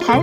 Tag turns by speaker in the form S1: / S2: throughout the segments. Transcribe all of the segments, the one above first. S1: 台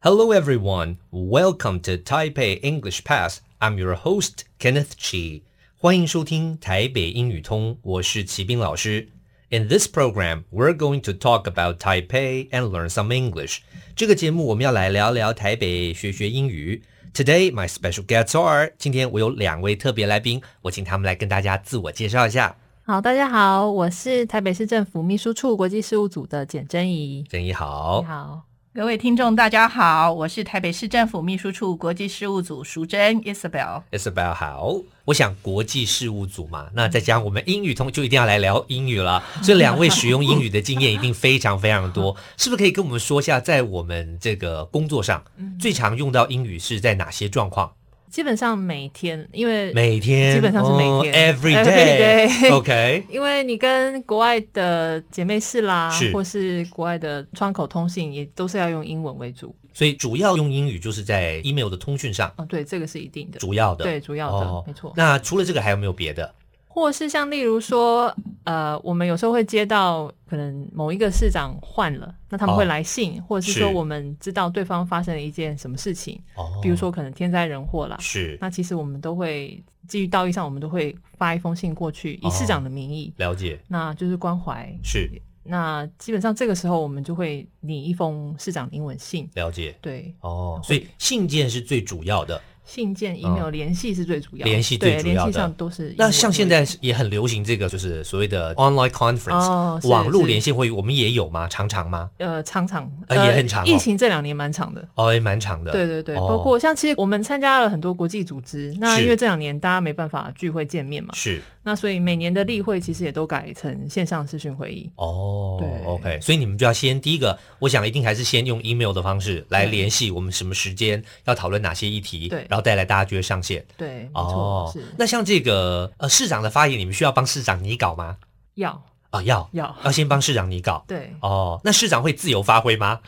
S2: Hello, everyone. Welcome to Taipei English Pass. I'm your host Kenneth Chi. 欢迎收听台北英语通，我是齐斌老师。In this program, we're going to talk about Taipei and learn some English. 这个节目我们要来聊聊台北，学学英语。Today, my special guests are 今天我有两位特别来宾，我请他们来跟大家自我介绍一下。
S3: 好，大家好，我是台北市政府秘书处国际事务组的简真怡。
S2: 郑怡
S3: 你
S2: 好，
S3: 好，
S4: 各位听众，大家好，我是台北市政府秘书处国际事务组淑珍 Isabel。
S2: Isabel 好，我想国际事务组嘛，那再加上我们英语通，就一定要来聊英语了。所以两位使用英语的经验一定非常非常 多，是不是可以跟我们说一下，在我们这个工作上
S3: 嗯
S2: 最常用到英语是在哪些状况？
S3: 基本上每天，因为
S2: 每天
S3: 基本上是每天
S2: 哦、，every
S3: Every day
S2: day，OK，、
S3: 因为你跟国外的姐妹市啦，
S2: 是
S3: 或是国外的窗口通信，也都是要用英文为主。
S2: 所以主要用英语就是在 email 的通讯上，
S3: 哦，对，这个是一定的，
S2: 主要的
S3: 对主要的，
S2: 哦
S3: 没错。
S2: 那除了这个还有没有别的？
S3: 或是像例如说，呃，我们有时候会接到可能某一个市长换了，那他们
S2: 哦
S3: 会来信，或者是说
S2: 是
S3: 我们知道对方发生了一件什么事情，
S2: 哦，
S3: 比如说可啊能天灾人祸啦，
S2: 是
S3: 那其实我们都会基于道义上，我们都会发一封信过去，
S2: 哦
S3: 以市长的名义，
S2: 了解
S3: 那就是关怀。
S2: 是
S3: 那基本上这个时候，我们就会拟一封市长的英文信，
S2: 了解
S3: 对，
S2: 哦，所以信件是最主要的。
S3: 信件、email 联系是最主要的，
S2: 哦联系最
S3: 对，
S2: 主要的
S3: 联系上都是英文。
S2: 那像现在也很流行这个，就是所谓的 online conference、
S3: 哦是
S2: 网络
S3: 是
S2: 连线会议，我们也有吗？常常吗？
S3: 呃，常常
S2: 呃也很长哦
S3: 疫情这两年蛮长的。
S2: 哦，也蛮长的。
S3: 对对对，
S2: 哦
S3: 包括像其实我们参加了很多国际组织，那
S2: 是
S3: 因为这两年大家没办法聚会见面嘛，
S2: 是
S3: 那所以每年的例会其实也都改成线上视讯会议。
S2: 哦
S3: 对
S2: ，OK，所以你们就要先第一个，我想一定还是先用 email 的方式来
S3: 对
S2: 联系我们什么时间要讨论哪些议题，
S3: 对
S2: 然后带来大家就会上线。
S3: 对，没错，
S2: 哦
S3: 是，
S2: 那像这个呃市长的发言，你们需要帮市长拟稿吗？
S3: 要
S2: 啊、要
S3: 要
S2: 要先帮市长拟稿。
S3: 对，
S2: 哦，那市长会自由发挥吗？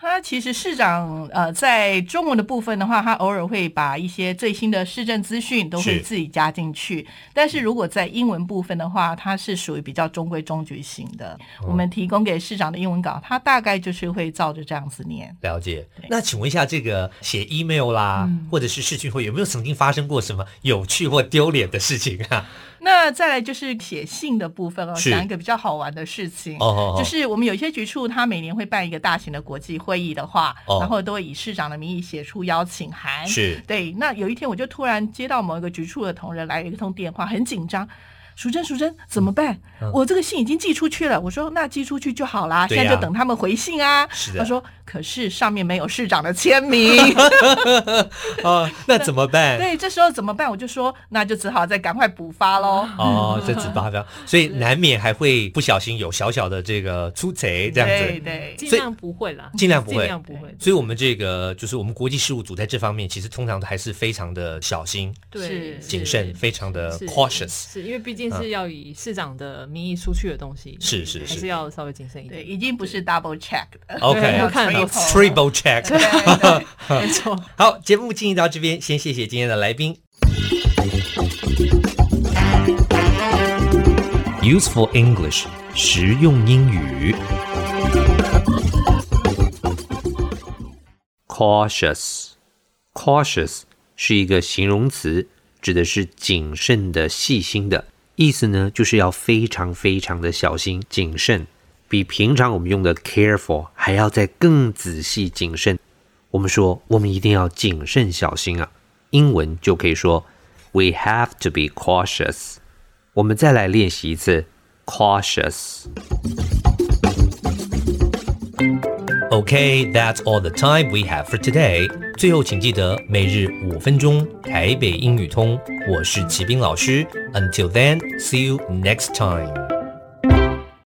S4: 他其实市长呃，在中文的部分的话，他偶尔会把一些最新的市政资讯都会
S2: 是
S4: 自己加进去。但是如果在英文部分的话，它是属于比较中规中矩型的。
S2: 哦
S4: 我们提供给市长的英文稿，他大概就是会照着这样子念。
S2: 了解
S4: 对。嗯
S2: 那请问一下，这个写 email 啦，或者是视讯会，有没有曾经发生过什么有趣或丢脸的事情啊？
S4: 那再来就是写信的部分哦，
S2: 是
S4: 讲一个比较好玩的事情。
S2: 哦哦哦
S4: 就是我们有一些局处，它每年会办一个大型的国际会议的话，
S2: 哦
S4: 然后都会以市长的名义写出邀请函。
S2: 是
S4: 对，那有一天我就突然接到某一个局处的同仁来一通电话，很紧张。淑珍，淑珍，怎么办？我这个信已经寄出去了。我说那寄出去就好啦，
S2: 嗯对
S4: 现在
S2: 呀
S4: 就等他们回信啊。
S2: 是的
S4: 他说可是上面没有市长的签名。
S2: 哦，那怎么办？
S4: 对，这时候怎么办？我就说那就只好再赶快补发喽。
S2: 哦，这只发 飙，所以难免还会不小心有小小的这个出贼这样
S4: 对
S2: 子。
S4: 对。
S3: 尽
S2: 所以
S3: 量不会啦，
S2: 尽量不会
S3: 尽量不会。
S2: 所以，我们这个就是我们国际事务组在这方面，其实通常还是非常的小心、
S4: 是
S3: 对，
S2: 谨慎，非常的
S3: 是
S2: cautious。嗯
S3: 是因为毕竟是要以市长的名义出去的东西，
S2: 是是
S3: 还
S2: 是
S3: 是要稍微谨慎一
S4: 对，
S3: 点。
S4: 已经不是 double check 的。
S2: OK，
S3: 要看
S2: triple check。
S4: 对对
S3: 没错。
S2: 好，节目进行到这边，先谢谢今天的来宾。Useful English，实用英语。Cautious，cautious 是一个形容词，指的是谨慎的、细心的。意思呢，就是要非常非常的小心、谨慎，比平常我们用的 careful 还要再更仔细、谨慎。我们说我们一定要谨慎小心啊。英文就可以说 We have to be cautious。我们再来练习一次 cautious。Okay, that's all the time we have for today. 最后，请记得每日五分钟台北英语通。我是齐斌老师。Until then, see you next time.